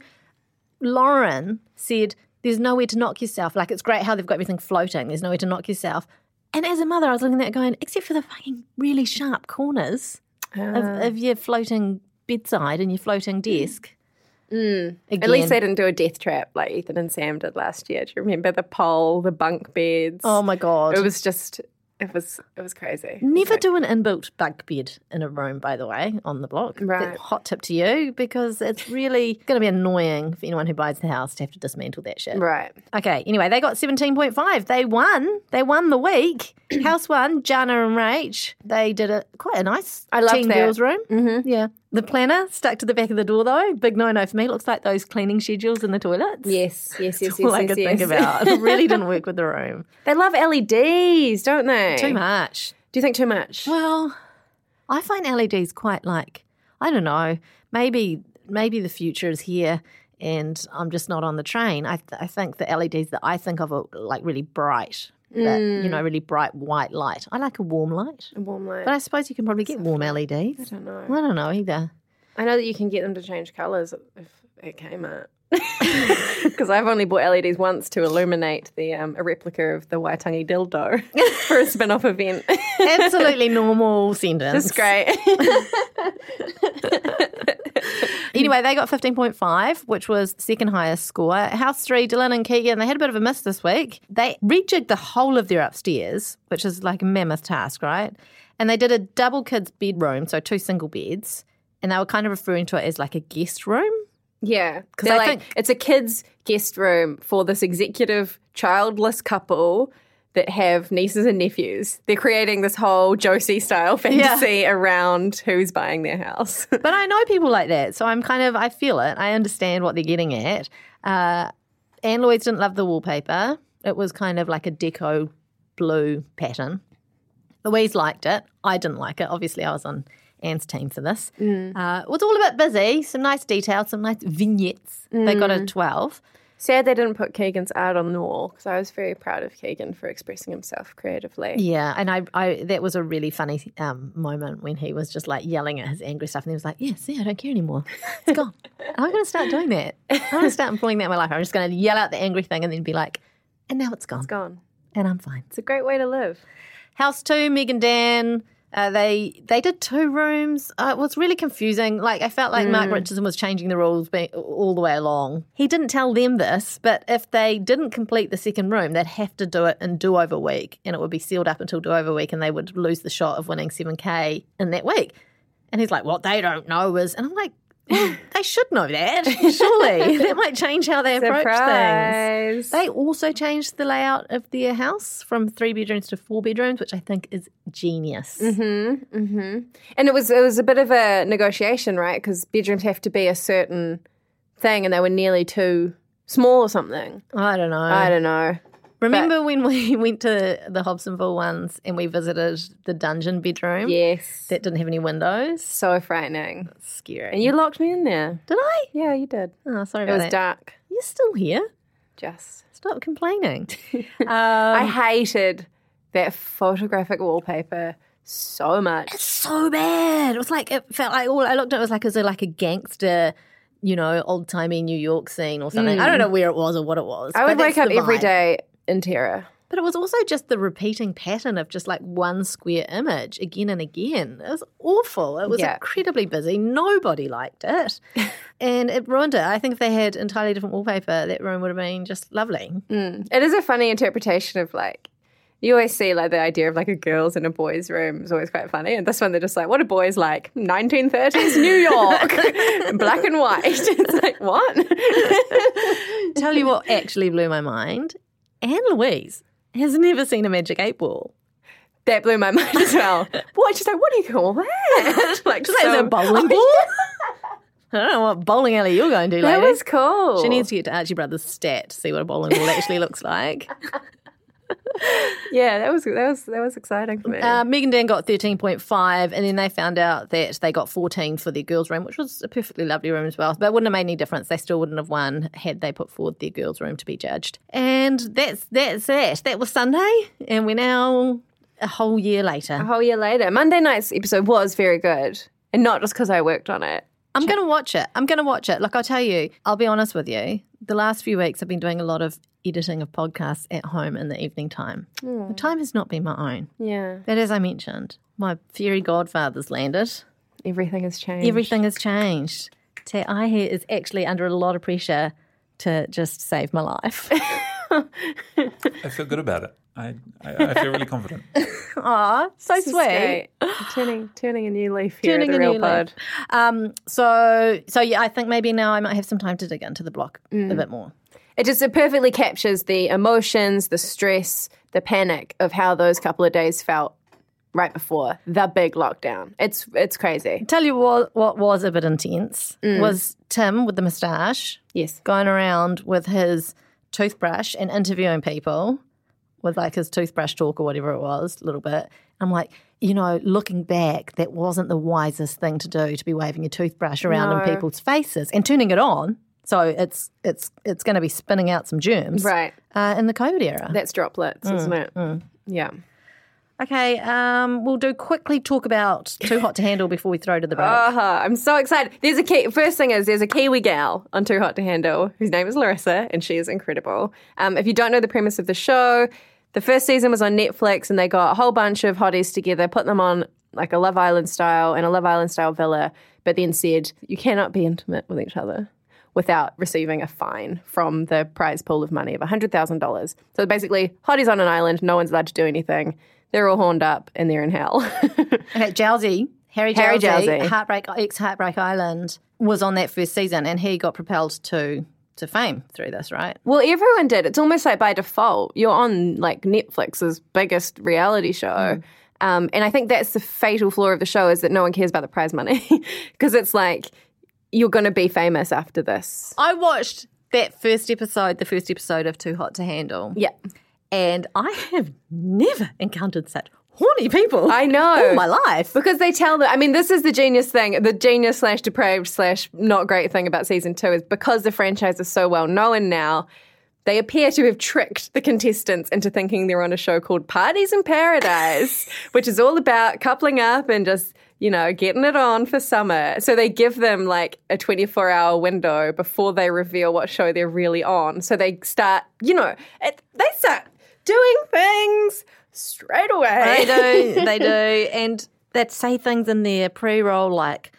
Lauren said, There's nowhere to knock yourself. Like, it's great how they've got everything floating. There's nowhere to knock yourself. And as a mother, I was looking at it going, except for the fucking really sharp corners of,
Ah.
of your floating bedside and your floating desk.
Mm. At least they didn't do a death trap like Ethan and Sam did last year. Do you remember the pole, the bunk beds?
Oh my God.
It was just it was it was crazy.
Never do an inbuilt bunk bed in a room, by the way, on the block.
Right.
Hot tip to you because it's really going to be annoying for anyone who buys the house to have to dismantle that shit.
Right.
Okay, anyway, they got 17.5. They won. They won the week. House won, Jana and Rach. They did a quite a nice
I loved
teen
that.
girls room. Mm-hmm. Yeah. The planner stuck to the back of the door, though. Big no no for me. Looks like those cleaning schedules in the toilets.
Yes, yes, yes, yes.
All I could think about. It really didn't work with the room.
They love LEDs, don't they?
Too much.
Do you think too much?
Well, I find LEDs quite like I don't know. Maybe maybe the future is here, and I'm just not on the train. I th- I think the LEDs that I think of are like really bright, that, you know, really bright white light. I like a warm light,
Mm. Warm light.
but I suppose you can probably get warm LEDs. I
don't know.
I don't know either.
I know that you can get them to change colours if it came up. Because I've only bought LEDs once to illuminate the um, a replica of the Waitangi dildo for a spin off event.
Absolutely normal sentence.
It's great.
Anyway, they got 15.5, which was second highest score. House 3, Dylan and Keegan, they had a bit of a miss this week. They rejigged the whole of their upstairs, which is like a mammoth task, right? And they did a double kids bedroom, so two single beds. And they were kind of referring to it as like a guest room.
Yeah, because
I
like
think-
it's a kids' guest room for this executive childless couple that have nieces and nephews. They're creating this whole Josie style fantasy around who's buying their house.
But I know people like that, so I'm kind of, I feel it. I understand what they're getting at. Uh, Anne Lloyd's didn't love the wallpaper. It was kind of like a deco blue pattern. Louise liked it. I didn't like it. Obviously, I was on Anne's team for this. Uh, it was all a bit busy. Some nice details, some nice vignettes. They got a 12.
Sad they didn't put Keegan's art on the wall because I was very proud of Keegan for expressing himself creatively.
Yeah, and I, I that was a really funny um, moment when he was just like yelling at his angry stuff, and he was like, "Yeah, see, I don't care anymore. It's gone. I'm going to start doing that. I'm going to start employing that in my life. I'm just going to yell out the angry thing, and then be like, and now it's gone,
It's gone.
and I'm fine."
It's a great way to live.
House two, Meg and Dan. Uh, they they did two rooms. Uh, it was really confusing. Like I felt like Mark Richardson was changing the rules be- all the way along. He didn't tell them this, but if they didn't complete the second room, they'd have to do it in do over week, and it would be sealed up until do over week, and they would lose the shot of winning seven k in that week. And he's like, "What they don't know is," and I'm like, well, "They should know that. Surely that might change how they approach things."
Surprise.
They also changed the layout of their house from three bedrooms to four bedrooms, which I think is genius.
Mm-hmm. And it was it was a bit of a negotiation, right? Because bedrooms have to be a certain thing, and they were nearly too small or something.
I don't know.
I don't know.
Remember when we went to the Hobsonville ones and we visited the dungeon bedroom?
Yes,
That didn't have any windows.
so frightening.
Scary.
And you locked me in there.
did I?
Yeah, you did.
Oh, sorry
It
about
was
that.
dark.
You're still here.
Just
Stop complaining.
I hated that photographic wallpaper so much.
so bad. It was like it felt like all I looked at it was like it was like a gangster, you know, old timey New York scene or something. I don't know where it was or what it was.
Mm. I
but
would
that's
wake up
the
every
vibe.
day in terror.
But it was also just the repeating pattern of just like one square image again and again. It was awful. It was
Yeah.
incredibly busy. Nobody liked it. and it ruined it. I think if they had entirely different wallpaper, that room would have been just lovely.
It is a funny interpretation of like you always see like the idea of like a girls in a boys' room is always quite funny, and this one they're just like, what are boys like? 1930s New York, black and white. It's like what?
Tell you what actually blew my mind. Anne Louise has never seen a magic eight ball.
That blew my mind as well. What? She's like, what do you call that? like
Just like it's a bowling ball. I don't know what bowling alley you're going to,
That
lady.
was cool.
She needs to get to Archie Brothers stat to see what a bowling ball actually looks like.
yeah, that was that was that was exciting for me.
Uh, Meg and Dan got 13.5, and then they found out that they got 14 for their girls' room, which was a perfectly lovely room as well. But it wouldn't have made any difference. They still wouldn't have won had they put forward their girls' room to be judged. And that's that's that. That was Sunday, and we're now a whole year
a
later.
whole year later, Monday night's episode was very good, and not just because I worked on it.
I'm going to watch it. I'm going to watch it. Look, I'll tell you, I'll be honest with you. The last few weeks, I've been doing a lot of editing of podcasts at home in the evening time.
Hmm.
The time has not been my own.
Yeah,
But as I mentioned, my fairy godfather's landed.
everything has changed.
Everything has changed. Te Aihe is actually under a lot of pressure to just save my life.
I feel good about it. I, I, I feel really confident.
Aw, so
This is
sweet.
great. turning turning a new leaf here
Turning
at the
a
Real
new
Pod.
leaf. Um, so, so yeah, I think maybe now I might have some time to dig into the block
Hmm.
a bit more.
It just it perfectly captures the emotions, the stress, the panic of how those couple of days felt right before the big lockdown. It's it's crazy.
Tell you what, what was a bit intense was Tim with the moustache
Mm. Yes.
going around with his toothbrush and interviewing people with like his toothbrush talk or whatever it was, a little bit. I'm like, you know, looking back, that wasn't the wisest thing to do to be waving your toothbrush around in people's faces and turning it on. So it's it's it's going to be spinning out some germs,
Right. Mm,
Uh, in the COVID era.
That's droplets, isn't it? Yeah.
okay, um, we'll do quickly talk about too hot to handle before we throw to the break.
Uh-huh. I'm so excited. There's a key first thing is there's a Kiwi gal on Too Hot to Handle whose name is Larissa and she is incredible. Um, if you don't know the premise of the show, the first season was on Netflix and they got a whole bunch of hotties together, put them on like a Love Island style and a Love Island style villa, but then said you cannot be intimate with each other without receiving a fine from the prize pool of money of $100,000. So basically, hotties on an island, no one's allowed to do anything. They're all horned up and they're in hell.
Okay, Jowsey, Harry Jowsey,
Harry Jowsey.
Heartbreak ex Heartbreak Island was on that first season, and he got propelled to to fame through this, right?
Well, everyone did. It's almost like by default, you're on like Netflix's biggest reality show. Um, and I think that's the fatal flaw of the show is that no one cares about the prize money because it's like you're going to be famous after this.
I watched that first episode, the first episode of Too Hot to Handle,
Yeah.
and I have never encountered such horny people.
I know.
All my life.
Because they tell them, I mean, this is the genius thing, the genius slash depraved slash not great thing about season two is because the franchise is so well known now, they appear to have tricked the contestants into thinking they're on a show called Parties in Paradise, which is all about coupling up and just, you know, getting it on for summer. So they give them like a 24 hour window before they reveal what show they're really on. So they start, you know, it, they start doing things straight away.
They do. They do. And they'd say things in their pre roll like,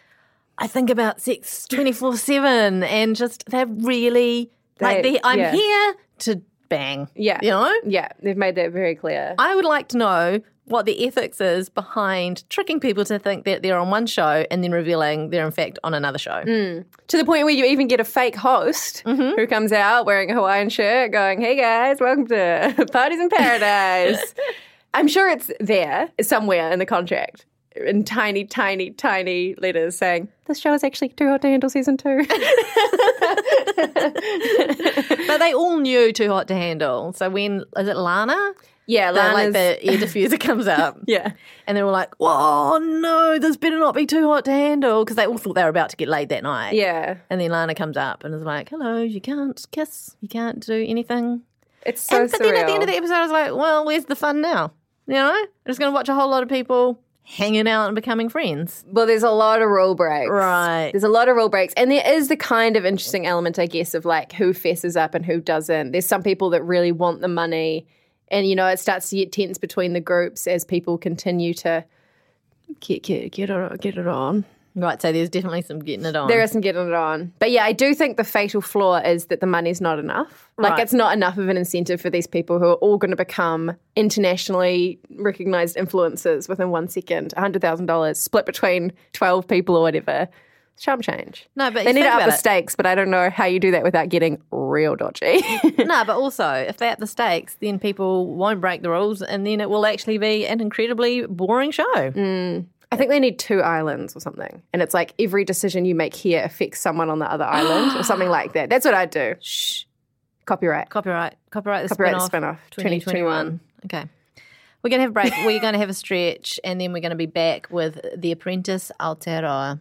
I think about sex 24 7. And just, they're really like,
They-
they, I'm
yeah.
here to bang.
Yeah.
You know?
Yeah, they've made that very clear.
I would like to know what the ethics is behind tricking people to think that they're on one show and then revealing they're, in fact, on another show.
Mm. to the point where you even get a fake host
Mm-hmm.
who comes out wearing a Hawaiian shirt going, hey guys, welcome to Parties in Paradise. I'm sure it's there somewhere in the contract in tiny, tiny, tiny letters saying, this show is actually too hot to handle season two.
But they all knew Too Hot to Handle. So when, is it Lana?
yeah,
The, like
Lana's,
the air diffuser comes up.
yeah.
And they were like, oh no, this better not be too hot to handle. Because they all thought they were about to get laid that night.
Yeah.
And then Lana comes up and is like, hello, you can't kiss, you can't do anything.
It's so
and, but then at the end of
surreal.
the episode, I was like, well, where's the fun now? You know? I'm just going to watch a whole lot of people hanging out and becoming friends.
Well, there's a lot of rule breaks.
Right.
There's a lot of rule breaks. And there is the kind of interesting element, I guess, of like who fesses up and who doesn't. There's some people that really want the money. And, you know, it starts to get tense between the groups as people continue to get, get, get, it, get it on.
Right, so there's definitely some getting it on.
There is some getting it on. But yeah, I do think the fatal flaw is that the money's not enough. Like,
Right.
it's not enough of an incentive for these people who are all going to become internationally recognized influencers within one second $100,000 split between 12 people or whatever. Chump change.
No, but
they
you
need
think
to up
about
the
it.
stakes, but I don't know how you do that without getting real dodgy.
no, but also, if they up the stakes, then people won't break the rules and then it will actually be an incredibly boring show.
I think they need two islands or something. And it's like every decision you make here affects someone on the other island or something like that. That's what I'd do.
Shh.
Copyright.
Copyright. Copyright the
Copyright
spin-off,
spin-off,
2021. Okay. We're going to have a break. we're going to have a stretch and then we're going to be back with The Apprentice Aotearoa.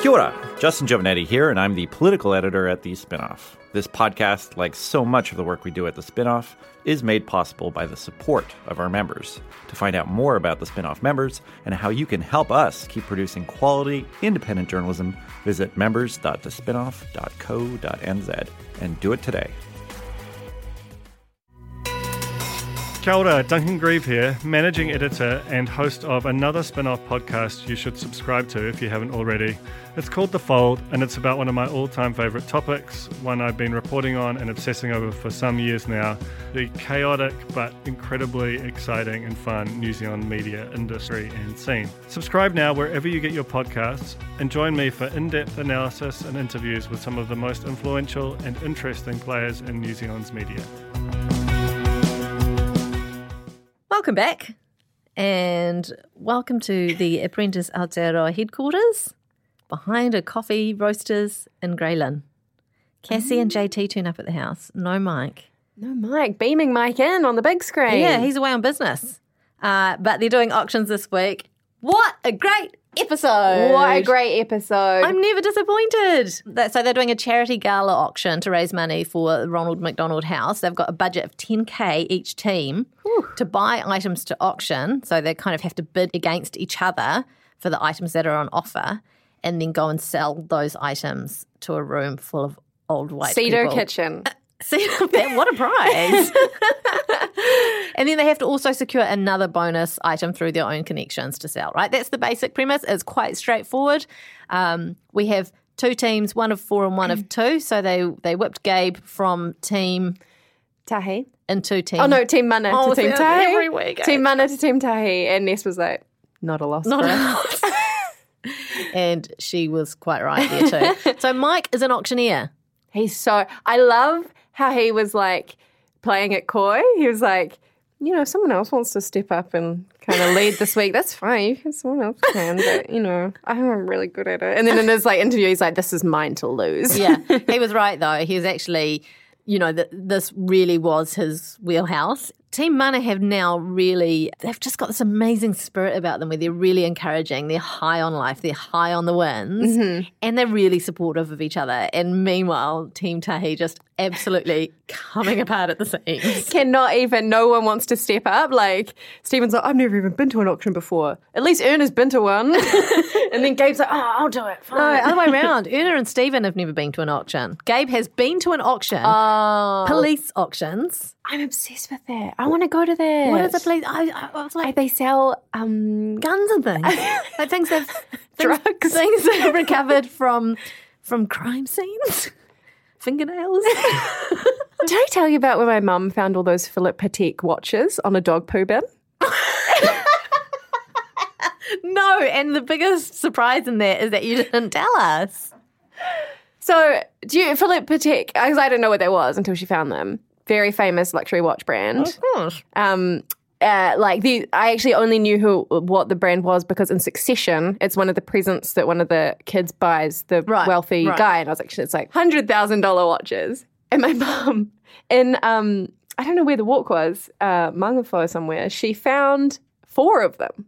Kia ora, Justin Giovanetti here, and I'm the political editor at The Spinoff. This podcast, like so much of the work we do at The Spinoff, is made possible by the support of our members. To find out more about The Spinoff members and how you can help us keep producing quality, independent journalism, visit members.thespinoff.co.nz and do it today.
Kia ora, Duncan Grieve here, managing editor and host of another spin off podcast you should subscribe to if you haven't already. It's called The Fold, and it's about one of my all time favourite topics, one I've been reporting on and obsessing over for some years now the chaotic but incredibly exciting and fun New Zealand media industry and scene. Subscribe now wherever you get your podcasts, and join me for in depth analysis and interviews with some of the most influential and interesting players in New Zealand's media.
Welcome back. And welcome to the Apprentice Aotearoa headquarters behind a coffee roasters in Greylin. Cassie and JT turn up at the house. No Mike.
No, Mike, beaming Mike in on the big screen.
Yeah, he's away on business. Uh, but they're doing auctions this week. What a great episode!
What a great episode.
I'm never disappointed. That- So they're doing a charity gala auction to raise money for Ronald McDonald House. They've got a budget of 10k each team to buy items to auction. So they kind of have to bid against each other for the items that are on offer, and then go and sell those items to a room full of old white
Cedar
people. Uh,
Kitchen.
See, that- what a prize. and then they have to also secure another bonus item through their own connections to sell, right? That's the basic premise. It's quite straightforward. Um, we have two teams, one of four and one of two. So they, they whipped Gabe from team
Tahi.
into team.
Oh no, Team Mana
Oh,
to Team
it's
Tahi.
every week, eh?
Team Mana to Team Tahi. And Ness was like, not a loss.
Not
for
a
us.
lot. and she was quite right there, too. so Mike is an auctioneer.
He's so I love how he was like playing it coy. He was like, you know, if someone else wants to step up and kind of lead this week, that's fine. You can someone else can, but you know, I'm really good at it. And then in his like interview, he's like, This is mine to lose.
yeah, he was right though. He was actually, you know, th- this really was his wheelhouse. Team Mana have now really, they've just got this amazing spirit about them where they're really encouraging. They're high on life, they're high on the wins, and they're really supportive of each other. And meanwhile, Team Tahi just absolutely coming apart at the seams.
Cannot even, no one wants to step up. Like, Stephen's like, I've never even been to an auction before. At least Erna's been to one. and then Gabe's like, oh, I'll do it.
No,
Fine.
other way around. Erna and Stephen have never been to an auction. Gabe has been to an auction, Oh. police auctions.
I'm obsessed with that. I want to go to that.
What is the police? I, I, I was like,
They sell um,
guns and things. like things they've things-
Drugs.
things they've recovered from from crime scenes. Fingernails.
Did I tell you about where my mum found all those Philip Patek watches on a dog poo bin?
no, and the biggest surprise in there is that you didn't tell us.
So, do you, Philip Patek, because I didn't know what that was until she found them. Very famous luxury watch brand.
Gosh.
Um, uh, like the, I actually only knew who what the brand was because in Succession, it's one of the presents that one of the kids buys the
Right,
wealthy
right.
guy, and I was like, shit, it's like hundred thousand dollar watches. And my mum, in um, I don't know where the walk was, uh, Mangafo somewhere, she found four of them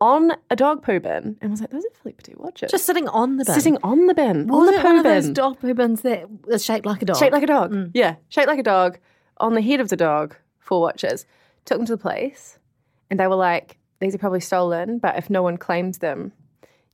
on a dog poo bin, and was like, those are Philip Patek watches,
Just sitting on the bin.
sitting on the bin,
was
on the
it one
poo
of those
bin.
dog poo bins that is shaped like a dog? Mm.
Shaped like a dog. Yeah, shaped like a dog on the head of the dog, four watches. Took them to the police, and they were like, these are probably stolen, but if no one claims them,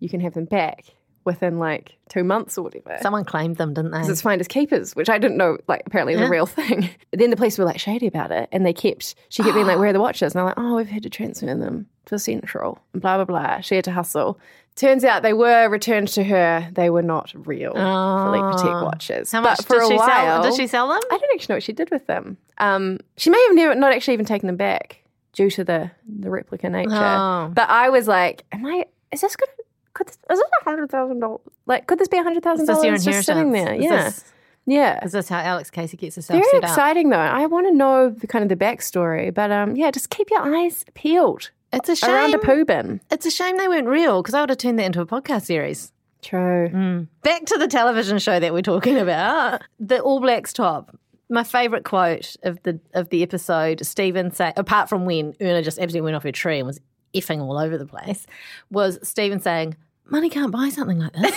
you can have them back within like two months or whatever.
Someone claimed them, didn't they?
Because it's finders keepers, which I didn't know, like, apparently is a real thing. Then the police were like shady about it, and they kept, she kept being like, where are the watches? And I'm like, oh, we've had to transfer them to Central, and blah, blah, blah. She had to hustle. Turns out they were returned to her. They were not real Philippe Patek watches.
Oh. How much
but for
did
a
she
while,
sell? Did she sell them?
I don't actually know what she did with them. Um, she may have never, not actually even taken them back due to the, the replica nature.
Oh.
But I was like, am I, is this going to, could this, is this a hundred thousand dollars? Like, could this be a hundred thousand
Is this your
dollars just
inheritance?
sitting there?
Is
yeah,
This,
yeah.
is this how Alex Casey gets herself
Very
set up?
exciting though. I want to know the kind of the backstory, but um, yeah, just keep your eyes peeled
It's a shame.
around a poo bin.
It's a shame they weren't real because I would have turned that into a podcast series.
True.
Back to the television show that we're talking about, the All Blacks top. My favourite quote of the of the episode, Stephen say, apart from when Erna just absolutely went off her tree and was effing all over the place, was Stephen saying, "Money can't buy something like this."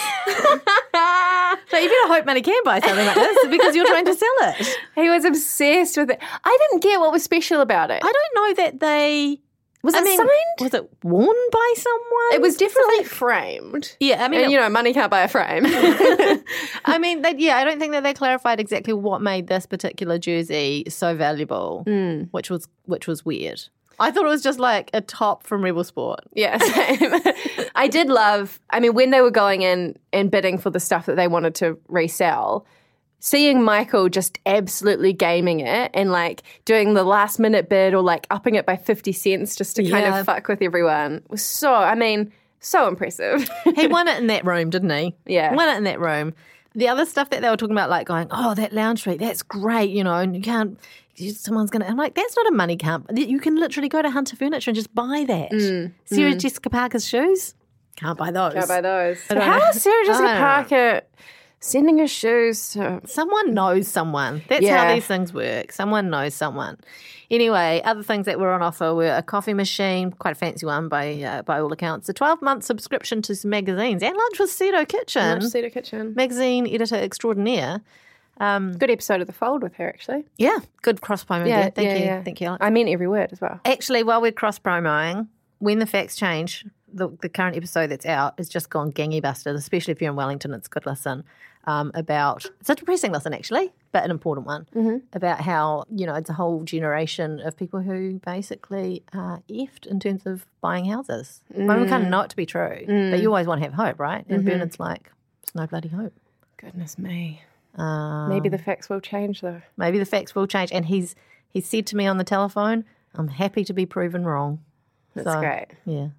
so you better hope money can buy something like this because you're trying to sell it.
He was obsessed with it. I didn't get what was special about it.
I don't know that they
was
I
it
mean,
signed?
Was it worn by someone?
It was definitely framed.
Yeah, I mean,
and
it-
you know, money can't buy a frame.
I mean, that, yeah, I don't think that they clarified exactly what made this particular jersey so valuable, which was which was weird. I thought it was just like a top from Rebel Sport.
Yeah, same. I did love, I mean, when they were going in and bidding for the stuff that they wanted to resell, seeing Michael just absolutely gaming it and like doing the last minute bid or like upping it by 50 cents just to kind
Yeah.
of fuck with everyone was so, I mean, so impressive.
He won it in that room, didn't he?
Yeah.
won it in that room. The other stuff that they were talking about, like going, "Oh, that lounge suite, that's great," you know, and you can't. you- Someone's gonna. I'm like, that's not a money camp. You can literally go to Hunter Furniture and just buy that. Sarah Jessica Parker's shoes can't buy those.
How about those?
don't
How
know. Ah.
is Sarah Jessica
I don't know.
Parker sending her shoes to.
Someone knows someone. That's how
Yeah.
these things work. Someone knows someone. Anyway, other things that were on offer were a coffee machine, quite a fancy one by uh, by all accounts, a 12 month subscription to some magazines, and lunch with Cedo Kitchen,
Cedar Kitchen.
magazine editor extraordinaire.
Good episode of The Fold with her, actually.
Yeah, good cross promo. Yeah, thank you, thank you. Alex.
I meant every word as well.
Actually, while we're cross promoing, when the facts change, the, the current episode that's out has just gone gangbusters, especially if you're in Wellington. It's a good listen um, about it's a depressing listen actually, but an important one about how you know it's a whole generation of people who basically are effed in terms of buying houses. Well, we kind of know it to be true, but you always want to have hope, right? And Bernard's like, "It's no bloody hope."
Goodness me.
Oh.
Maybe the facts will change though.
Maybe the facts will change, and he's he said to me on the telephone, "I'm happy to be proven wrong."
That's
So-
great.
Yeah.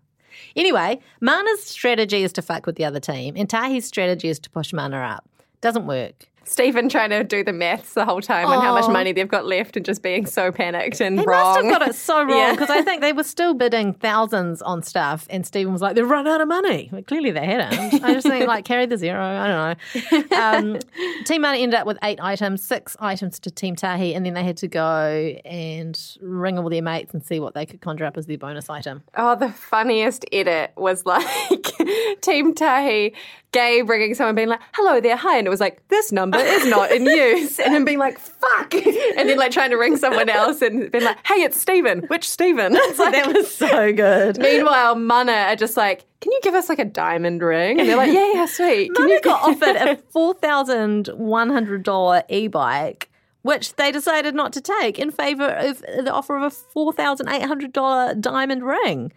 Anyway, Mana's strategy is to fuck with the other team, and Tahi's strategy is to push Mana up. Doesn't work.
Stephen trying to do the maths the whole time on how much
Oh.
money they've got left and just being so panicked and
They
wrong.
must have got it so wrong
Yeah.
because I think they were still bidding thousands on stuff, and Stephen was like, "They've run out of money." Well, clearly, they hadn't. I just think like carry the zero. I don't know. Um, Team Mana ended up with eight items, six items to Team Tahi, and then they had to go and ring all their mates and see what they could conjure up as their bonus item.
Oh, the funniest edit was like Team Tahi, Gabe ringing someone, being like, "Hello there, hi," and it was like, "This number is not in use," and him being like, "Fuck," and then like trying to ring someone else and being like, "Hey, it's Stephen. Which Stephen?" It's like,
That was so good.
meanwhile, Mana are just like, "Can you give us like a diamond ring?" And they're like, "Yeah, yeah, sweet." Can
Mummy
you
got offered a four thousand one hundred dollar e bike, which they decided not to take in favor of the offer of a four thousand eight hundred dollar diamond ring.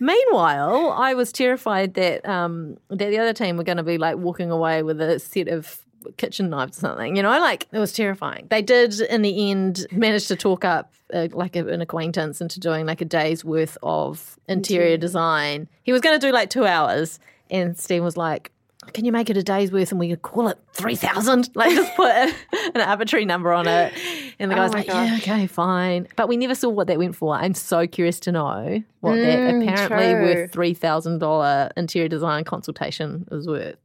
Meanwhile, I was terrified that um, that the other team were going to be like walking away with a set of kitchen knives or something. You know, like it was terrifying. They did in the end manage to talk up uh, like a, an acquaintance into doing like a day's worth of interior design. He was going to do like two hours, and Steve was like, can you make it a day's worth and we could call it 3,000? Like, just put a, an arbitrary number on it. And the guy's
my
like, yeah, okay, fine. But we never saw what that went for. I'm so curious to know what that apparently
true.
worth $3,000 interior design consultation was worth.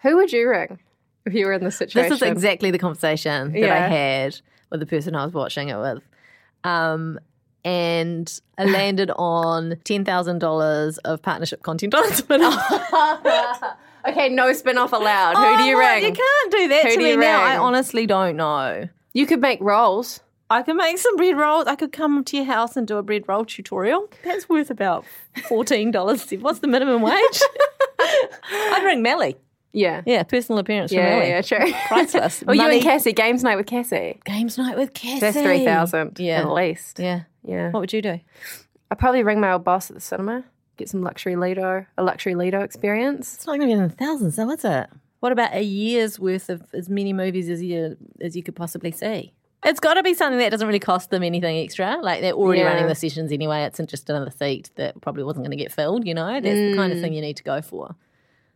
Who would you ring if you were in this situation?
This is exactly the conversation that I
Yeah.
had with the person I was watching it with. Um, and I landed on $10,000 of partnership content on Twitter.
okay, no spin off allowed.
Oh,
Who do you
what?
ring?
You can't do that
Who
to
do
me
you
now. I
ring?
honestly don't know.
You could make rolls.
I could make some bread rolls. I could come to your house and do a bread roll tutorial. That's worth about fourteen dollars. What's the minimum wage? I'd ring Melly.
Yeah.
Yeah, personal appearance from
Yeah,
Melly.
yeah, true.
Priceless.
Or you
Money-
and Cassie, games night with Cassie.
Games night with Cassie.
That's three thousand,
Yeah.
at least.
Yeah.
Yeah,
What would you do?
I probably ring my old boss at the cinema, get some luxury Lido, a luxury Lido experience.
It's not going to be in the thousands, though, is it? What about a year's worth of as many movies as you as you could possibly see? It's got to be something that doesn't really cost them anything extra. Like they're already
Yeah.
running the sessions anyway. It's just another seat that probably wasn't going to get filled. You know, that's the kind
Mm.
of thing you need to go for.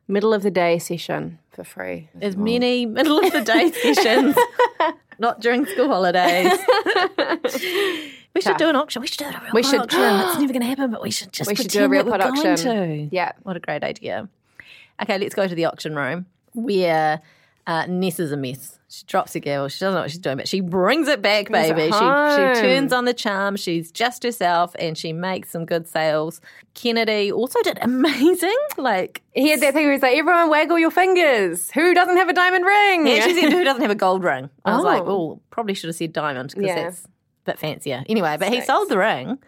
Middle of the day session for free.
As many middle of the day sessions, not during school holidays. we should do an auction. We should do a real
We
pod
should-
auction. It's never going to happen, but we should just
We should do a
pretend
real
that we're
pod
going
auction.
to.
Yeah.
What a great idea. Okay, let's go to the auction room where uh, Ness is a mess. She drops a gavel. She doesn't know what she's doing, but she brings it back,
it
baby. she,
home.
she turns on the charm. She's just herself and she makes some good sales. Kennedy also did amazing. Like,
He had that thing where he's like, everyone waggle your fingers. Who doesn't have a diamond ring?
yeah, she said, who doesn't have a gold ring? I was like,
Oh.
oh, probably should have said diamond because
Yeah.
that's a bit fancier. Anyway, but he
Six.
sold the ring.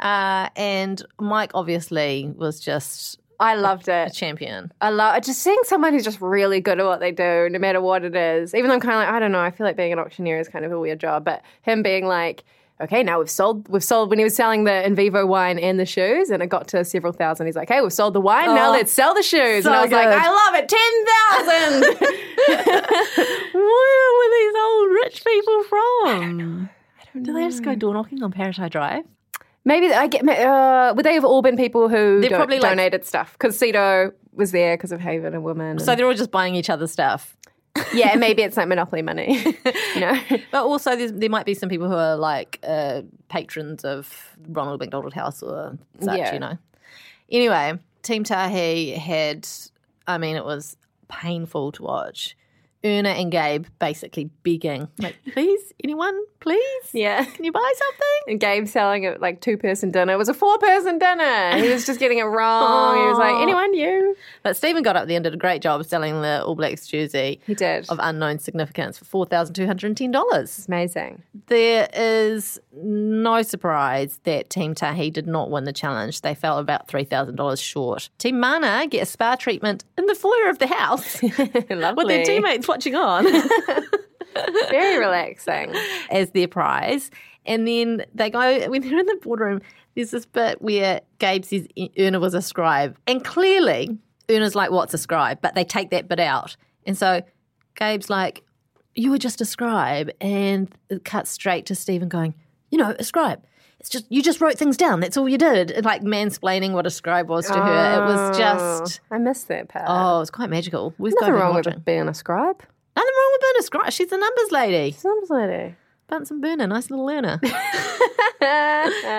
Uh, and Mike obviously was just
I loved
a
it.
champion.
I love just seeing someone who's just really good at what they do, no matter what it is. Even though I'm kind of like, I don't know, I feel like being an auctioneer is kind of a weird job. But him being like, okay, now we've sold, we've sold. When he was selling the in vivo wine and the shoes, and it got to several thousand, he's like, hey, we've sold the wine, now
Oh,
let's sell the shoes. and
so
I was like,
good.
I love it, ten thousand.
Where were these old rich people from? I don't know. Do they just go door knocking on Parasite Drive?
Maybe I get. Uh, would they have all been people who
They're
don-
probably like-
donated stuff? Because Cedo was there because of Haven and Woman.
So
and-
they're all just buying each other's stuff.
yeah, and maybe it's like Monopoly money. you know,
But also, there's, there might be some people who are like uh, patrons of Ronald McDonald House or such,
Yeah.
you know. Anyway, Team Tahi had, I mean, it was painful to watch. Erna and Gabe basically begging, like, please, anyone, please?
yeah.
Can you buy something?
And Gabe selling it like two person dinner. It was a four person dinner. He was just getting it wrong. Oh, He was like,
Aw.
anyone you?
Oh. But Stephen got up there and did a great job selling the All Blacks jersey.
He did.
of unknown significance for $4,210.
Amazing.
There is no surprise that Team Tahi did not win the challenge. They fell about $3,000 short. Team Mana get a spa treatment in the foyer of the house
Lovely.
with their teammates watching on
Very relaxing.
as their prize. And then they go, when they're in the boardroom, there's this bit where Gabe says E-, Erna was a scribe. And clearly, Erna's like, what's a scribe? But they take that bit out. And so Gabe's like, you were just a scribe. And it cuts straight to Stephen going, you know, a scribe. It's just, you just wrote things down. That's all you did. And like mansplaining what a scribe was to her. It was just,
I missed that part.
oh, it was quite magical. We've
Nothing
got
wrong
watching.
with being a scribe.
Nothing wrong with Berna Scott. She's a numbers lady.
Sounds lady.
Bunce and Berna, nice little learner.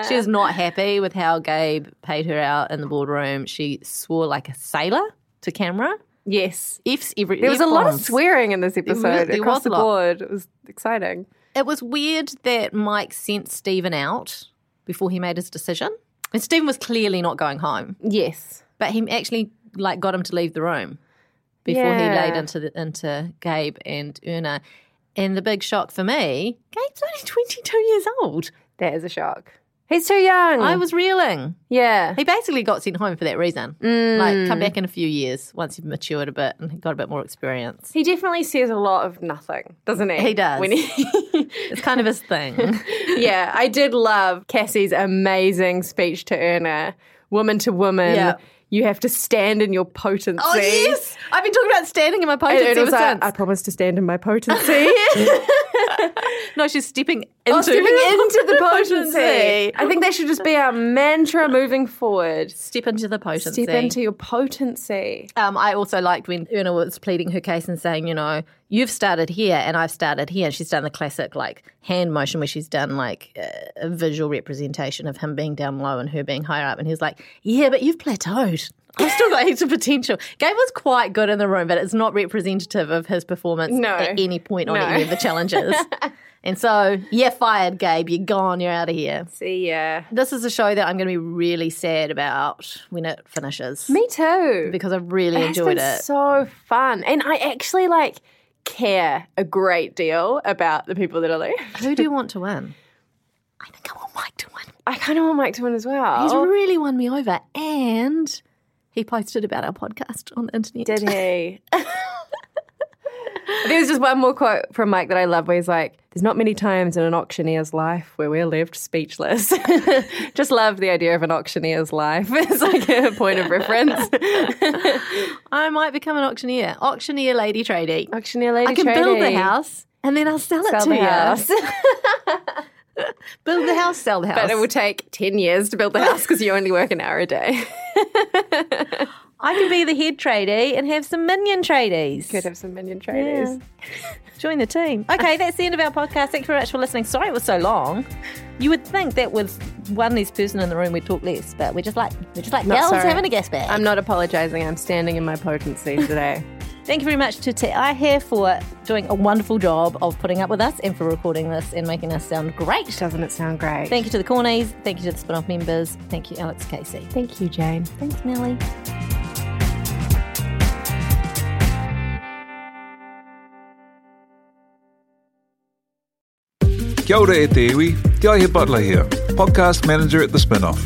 she was not happy with how Gabe paid her out in the boardroom. She swore like a sailor to camera.
Yes.
F's every.
There was a lot of
F-bombs.
swearing in this
was-
episode
there
across
was a
the
lot.
board. It was exciting.
It was weird that Mike sent Stephen out before he made his decision, and Stephen was clearly not going home.
Yes.
But he actually like got him to leave the room before
Yeah.
he laid into the, into Gabe and Una. And the big shock for me, Gabe's only twenty two years old.
That is a shock. He's too young.
I was reeling.
yeah.
He basically got sent home for that reason. Like come back in a few years once you've matured a bit and got a bit more experience.
He definitely says a lot of nothing, doesn't he?
He does.
When he
It's kind of his thing.
yeah, I did love Cassie's amazing speech to Erna, woman to woman.
Yeah.
You have to stand in your potency.
oh yes, I've been talking about standing in my
And
potency
Erna
ever
was like,
since.
I promise to stand in my potency.
no, she's stepping into,
Oh, stepping into the potency.
potency.
I think that should just be our mantra moving forward.
Step into the potency.
Step into your potency.
Um, I also liked when Erna was pleading her case and saying, you know, you've started here and I've started here. And she's done the classic like hand motion where she's done like a, a visual representation of him being down low and her being higher up. And he's like, yeah, but you've plateaued. I've still got heaps of potential. Gabe was quite good in the room, but it's not representative of his performance
No.
at any point on
No.
any of the challenges. and so, yeah, fired, Gabe. You're gone. You're out of here.
See ya.
This is a show that I'm going to be really sad about when it finishes
Me too.
because I really
It has
enjoyed
been
it.
So fun, and I actually like care a great deal about the people that are there.
Who do you want to win? I think I want Mike to win.
I kind of want Mike to win as well.
He's really won me over. And he posted about our podcast on the internet.
Did he? There's just one more quote from Mike that I love where he's like, There's not many times in an auctioneer's life where we're left speechless. just love the idea of an auctioneer's life. It's like a point of reference.
I might become an auctioneer. Auctioneer lady tradie.
Auctioneer lady.
I can build the
tradie.
house and then I'll sell it
Sell
to
the
you.
house.
Build the house, sell the house.
But it will take 10 years to build the house because you only work an hour a day.
I can be the head tradie and have some minion tradies.
Could have some minion traders.
Join the team. Okay, that's the end of our podcast. Thank you very much for listening. Sorry it was so long. You would think that with one less person in the room we'd talk less, but we're just like we're just like
Not
gals
sorry.
having a gas bag.
I'm not apologizing. I'm standing in my potency today.
Thank you very much to Te Here for doing a wonderful job of putting up with us and for recording this and making us sound great.
Doesn't it sound great?
Thank you to the Cornies. Thank you to the spin off members. Thank you, Alex Casey.
Thank you, Jane.
Thanks, Nellie.
Kia ora e te iwi, Te Aihe Butler here, podcast manager at The Spinoff.